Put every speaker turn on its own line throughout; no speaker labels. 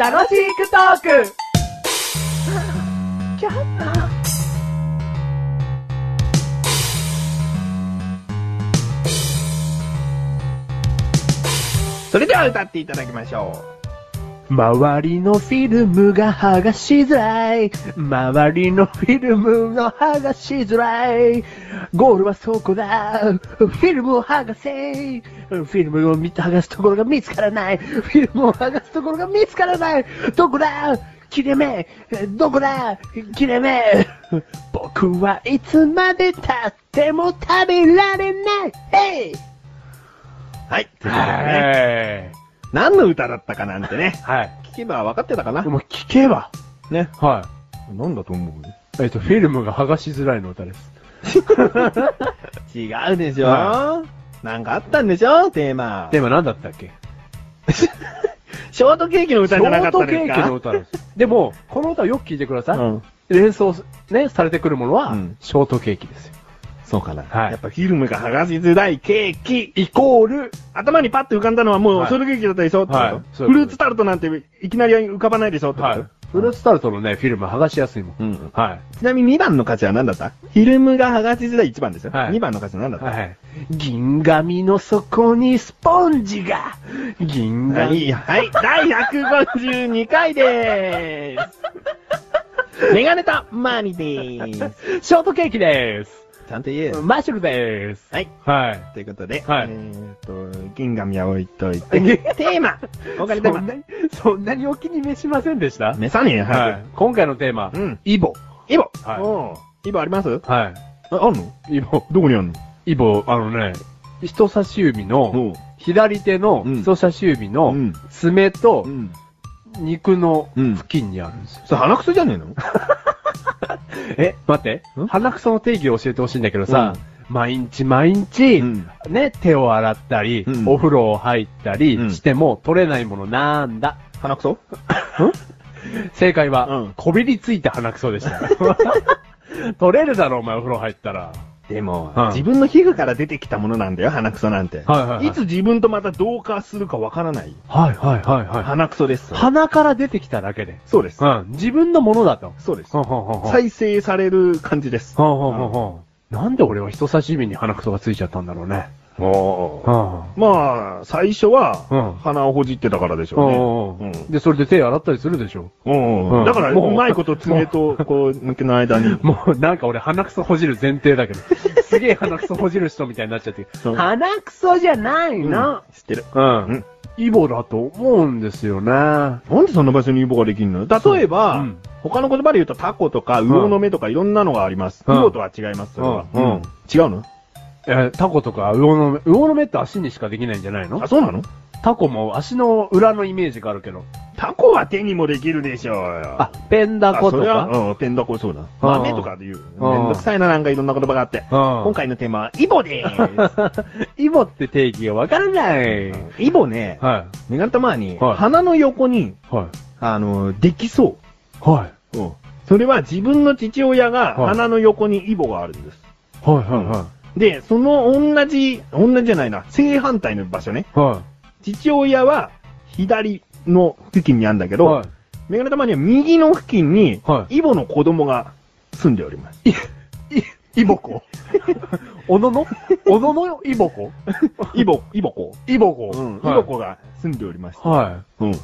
楽しくトーク
それでは歌っていただきましょ。
周りのフィルムが剥がしづらい。周りのフィルムの剥がしづらい。ゴールはそこだ。フィルムを剥がせ。フィルムを見剥がすところが見つからない。フィルムを剥がすところが見つからない。どこだ切れ目どこだ切れ目僕はいつまで経っても食べられない。へいう
はい。ということでね、
はい。
何の歌だったかなんてね、
はい。
聞けば分かってたかな。
もう聞けば。
ね。
は
なんだと思う
い。えっと、フィルムが剥がしづらいの歌です。
違うでしょ、
は
なんかあったんでしょテーマ。
テーマ何だったっけ
ショートケーキの歌じゃなかった
ショ
です
ート
か
ケーキの歌です。でも、この歌をよく聞いてください。
うん。
連想す、ね、されてくるものは、
うん
ショートケーキですよ。
そうかな。
はい
やっぱフィルムが剥がしづらいケーキ。
イコール、
頭にパッと浮かんだのはもう
はい
ショートケーキだったでしょってこと、
はいそういうこと
フルーツタルトなんていきなり浮かばないでしょってこと、
はい。フルーツタルトのね、フィルム剥がしやすいもん。
うん
は
ちなみに2番の歌詞は何だったフィルムが剥がしづらい1番ですよ。
はい
2番の歌詞は何だ
い。
った、
はい。
銀紙の底にスポンジが。銀
は
紙。
い、はい、第152回でーす。メガネとマーニーでーす。
ショートケーキでーす。
ちゃんと言えよ。
マッシュルでーす。
はい。
はい。
ということで、
はい
えーっと、銀紙は置いといて、テーマ今回のテー
そんな
マ
に、そんなにお気に召しませんでした
メサニー
は。
はい
今回のテーマ
い。、うん。
イボ。
イボ
はい
はい。イボあります
は
あ、あんの
い。イボ、
どこにあんの
イボ、あのね、人差し指の、
おう
左手の
うん
人差し指の
うん
爪と
うん。
肉の
うん
付近にあるんですよ。
それ鼻くそじゃねえの
え、待って
ん。
鼻くその定義を教えてほしいんだけどさ、毎日毎日、
うん
ね、手を洗ったり、
うん
お風呂入った
うん
りしても取れないものなんだ。
鼻くそ
正解は、
うん
こびりついた鼻くそで した。取れるだろ、お前お風呂入ったら。
でも、
うん
自分の皮膚から出てきたものなんだよ、鼻くそなんて。
はいはいはい
いつ自分とまた同化するかわからない。
はいはいはいは
鼻くそです。
鼻から出てきただけで。
そうです
う。ん。自分のものだと。
そうです
ほ。んほんほんほん。
再生される感じです。
ほんほんほんほん。なんで俺は人差し指に鼻くそがついちゃったんだろうね。
お
う
ー
ん。
まあ、最初
うん
は、鼻をほじってたからでしょ
う
うんね。
で、それで手洗ったりするでしょ。
うね。
う
うんん。だから、
もう
うまいこと爪と、こう、抜けの間に。
もうなんか俺鼻くそほじる前提 だけど。すげえ鼻くそほじる人みたいになっちゃって。
うん
鼻くそじゃないの。
知ってる。
う
うん
ん。イボだと思うんですよね。は
なんでそんな場所にイボができるの例えば、
うん
他の言葉で言うとタコとか、魚の目とかいろんなのがあります。
うん
イボとは違います、それは。
うんうん
違うの
えータコとか魚の目、魚の目って足にしかできないんじゃないの
あ、そうなの
タコも足の裏のイメージがあるけど。
タコは手にもできるでしょうよ。
あ、、ペンダコ
そ
と
れは、
か。
うん、ペンダコそうだ。豆とかで言う。めんどくさいな、なんかいろんな言葉があって。
今
今回のテーマは、イボでーす。
イボって定義がわからない。
イボね、
は
メガネたまに、
はい
鼻の横に、
い。は
あの、できそ
い。はい。
う。うん。それは自分の父親が
はい
鼻の横にイボがあるんです。
はいはいは
で、その同じ、同じじゃないな、正反対の場所ね。
い。は
父親は左の付近にあるんだけ
い。は
ど、メガネたまには右の付近に
は、い
イボの子供が住んでおります。
い。イボコ。おののおののイボコ
イボ、イボ子。
イボコ。
うん、イ
はい
ボ子が住んでおりました。
は
うん。だ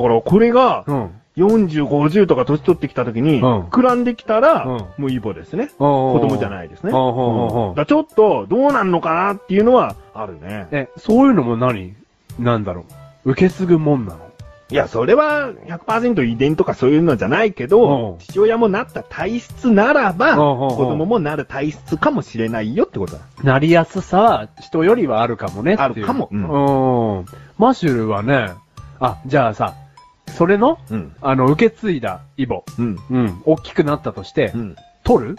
から、これが
い。、うん。
40、50とか年取ってきた時に、
うん
膨らんできたら、
うん
もうイボですね。
子。
子供じゃないいですね。
うんうんうんう
だ
ん
からちょっと、どうなんのかなっていうのは、あるね。
え、そういうのも何なんだろう。受け継ぐもんなの
いや、それは100%遺伝とかそういうのじゃないけ
う
ど
ん、
父親もなった体質ならば、
うんうんう
子
ん
供もなる体質かもしれないよってことだ。
なりやすさは人よりはあるかもねっていう。
あるかも
う
うんん。
マッシュルはね、あ、じゃあさ、それの、
うん。
あの、受け継いだイボ。
うん。
うん。大きくなったとして
う、ん。
取る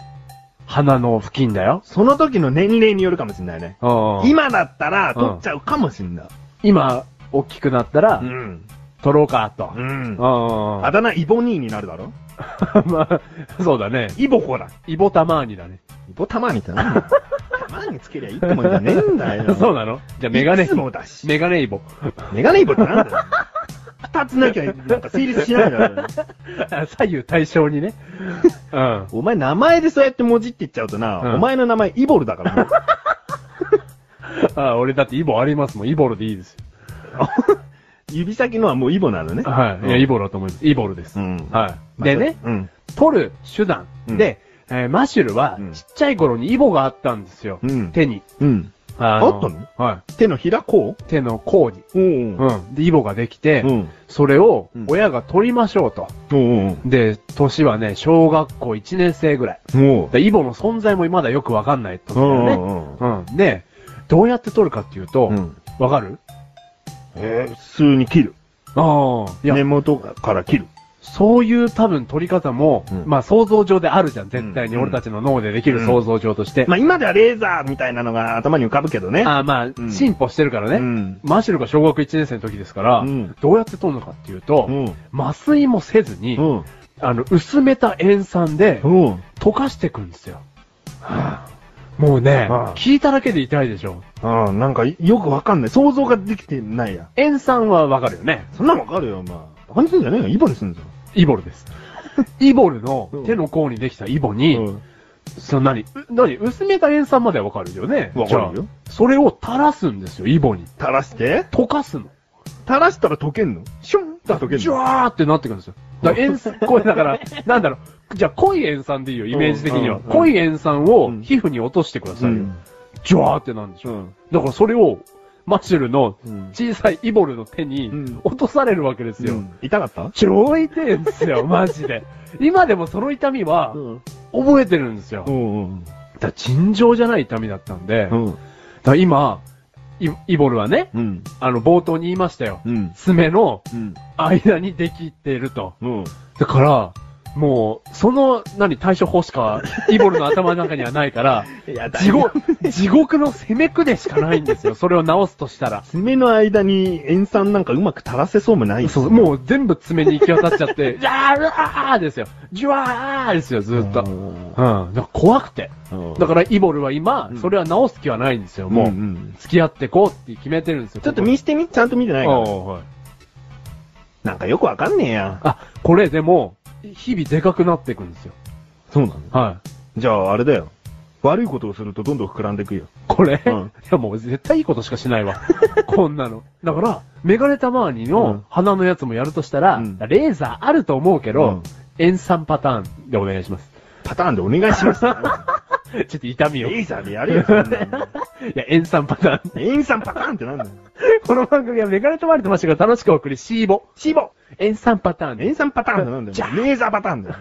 鼻の付近だよ。
その時の年齢によるかもしれないね。
うん
今だったら、取っちゃうかもしれない。
今、大きくなったら、
ん。
取ろうか、と。
うん。
あ
あだ名、イボニーになるだろ
あ、まあ、そうだね。
イボコだ。
イボタマーニだね。
イボタマーニって何なのマーにつけりゃいいってもんじゃねえんだよ。
そうなのじゃあメガネ
いつもだし。
メガネイボ。
メガネイボってなんだよ。二つなきゃ、なんか成立しないだろ。
左右対称にね。 うん。
お前名前でそうやってもじっていっちゃうとな、
うん
お前の名前イボルだからもう。
あ、俺だってイボありますもん。イボルでいいですよ。
指先のはもうイボなのね。
はい。いや、イボルだと思います。イボルです。
うん
はい。
まあ
でね、
うん。
取る手段。
うん
で、えーマシュルは
うん、
ちっちゃい頃にイボがあったんですよ。
うん
手に。
うん。
あ
あったの
は
手のひらこ
い。手の甲に。
ううんうん。
うん。で、イボができて、
うん。
それを
うん
親が取りましょうと。
うん。うん。
で、年はね、小学校1年生ぐらい。
も
でイボの存在もまだよくわかんないと
う。う
だよね。
ん。
うん。で、どうやって取るかっていうと
う、ん。
わかる
えー、普通に切る。
ああ。いや、
根元から切る。
そういう多分取り方も
うん、
まあ想像上であるじゃん。絶対に
うん
俺たちの脳でできる想像上として。
まあ今ではレーザーみたいなのが頭に浮かぶけどね。
ああ、ま
う
あ、
ん
進歩してるから
う
ね。
ん。
マシュルが小学1年生の時ですか
う
ら、
ん。
どうやって取るのかっていう
う
と、
ん。
麻酔もせずに
う、ん。
あの、薄めた塩酸で、
うん。
溶かしていくんですよ。もうね、
ああ
聞いただけで痛いでしょ。
ああ、なんかよくわかんない。想像ができてないや。
塩酸はわかるよね。
そんなのわかるよ、まあ。バカにすんじゃねえよ。イボにすんぞ。
イボルです。イボルの
うん
手の甲にできたイボに、
うん。
その何、う何、薄めた塩酸まではわかるよね。
わかる
じゃ
よ。
あ。それを垂らすんですよ、イボに。
垂らして
溶かすの。
垂らしたら溶けんのシュンって溶けん
ジュ
の
ワーってなってくるんですよ。だから塩酸、これだ から、なんだろう、じゃあ濃い塩酸でいいよ、イメージ的には。
うんうん
濃い塩酸
う
を
ん
皮膚に落としてくだ
う
さいよ。
ん。
ジュワーってなんでしょ。
うん。
だからそれを、マシュルの
うん
小さいイボルの手に
うん
落とされるわけですよ。
痛かった
超痛いんですよ、マジ で。今でもその痛みは
ん。
覚えてるんですよ。
う
だか
ん。
ら尋常じゃない痛みだったんで、
う
だか
ん。
ら今、イイボルはね、
うん。
あの冒頭に言いましたよ。
うん。
爪の
うん。
間にできていると。
うん。
だから、もう、その、何、対処法しか、イボルの頭の中にはないから、
いや、
地獄、地獄の攻めくでしかないんですよ。それを直すとしたら。
爪の間に塩酸なんかうまく垂らせそうもない
そう、
う、
もう全部爪に行き渡っちゃって、 じゃあ、うわーですよ。じゅわーですよ、ずっと。うん。だから怖くて。だから、イボルは今
う、ん
それは直す気はないんですよ、
もう
もう。付き合ってこうって決めてるんですよ。
ちょっと
ここ
見してみ、ちゃんと見てないから。
おうおうはい
なんかよくわかんねえや。
あ、これでも、日々でかくなっていくんですよ。
そうなの
はい。
じゃあ、あれだよ。悪いことをするとどんどん膨らんでいくよ。
これ、
うん
いやもう絶対いいことしかし ないわ。こんなの。だから、メガネたまわり
う
の
ん
鼻のやつもやるとしたら、
うん
レーザーあると思うけ
うん
ど、塩酸パターンでお願いします。
パターンでお願 いします。
ちょっと痛みを。い
エイザーでやるよ、そんな の
や、塩酸パターン。
塩酸パターンってなんだよ。
この番組はメガネとマリとマシュが楽しくお送り、シーボ。
シボ
塩酸パターンで
塩酸パターンってなんだよ。レーザーパターンだよ。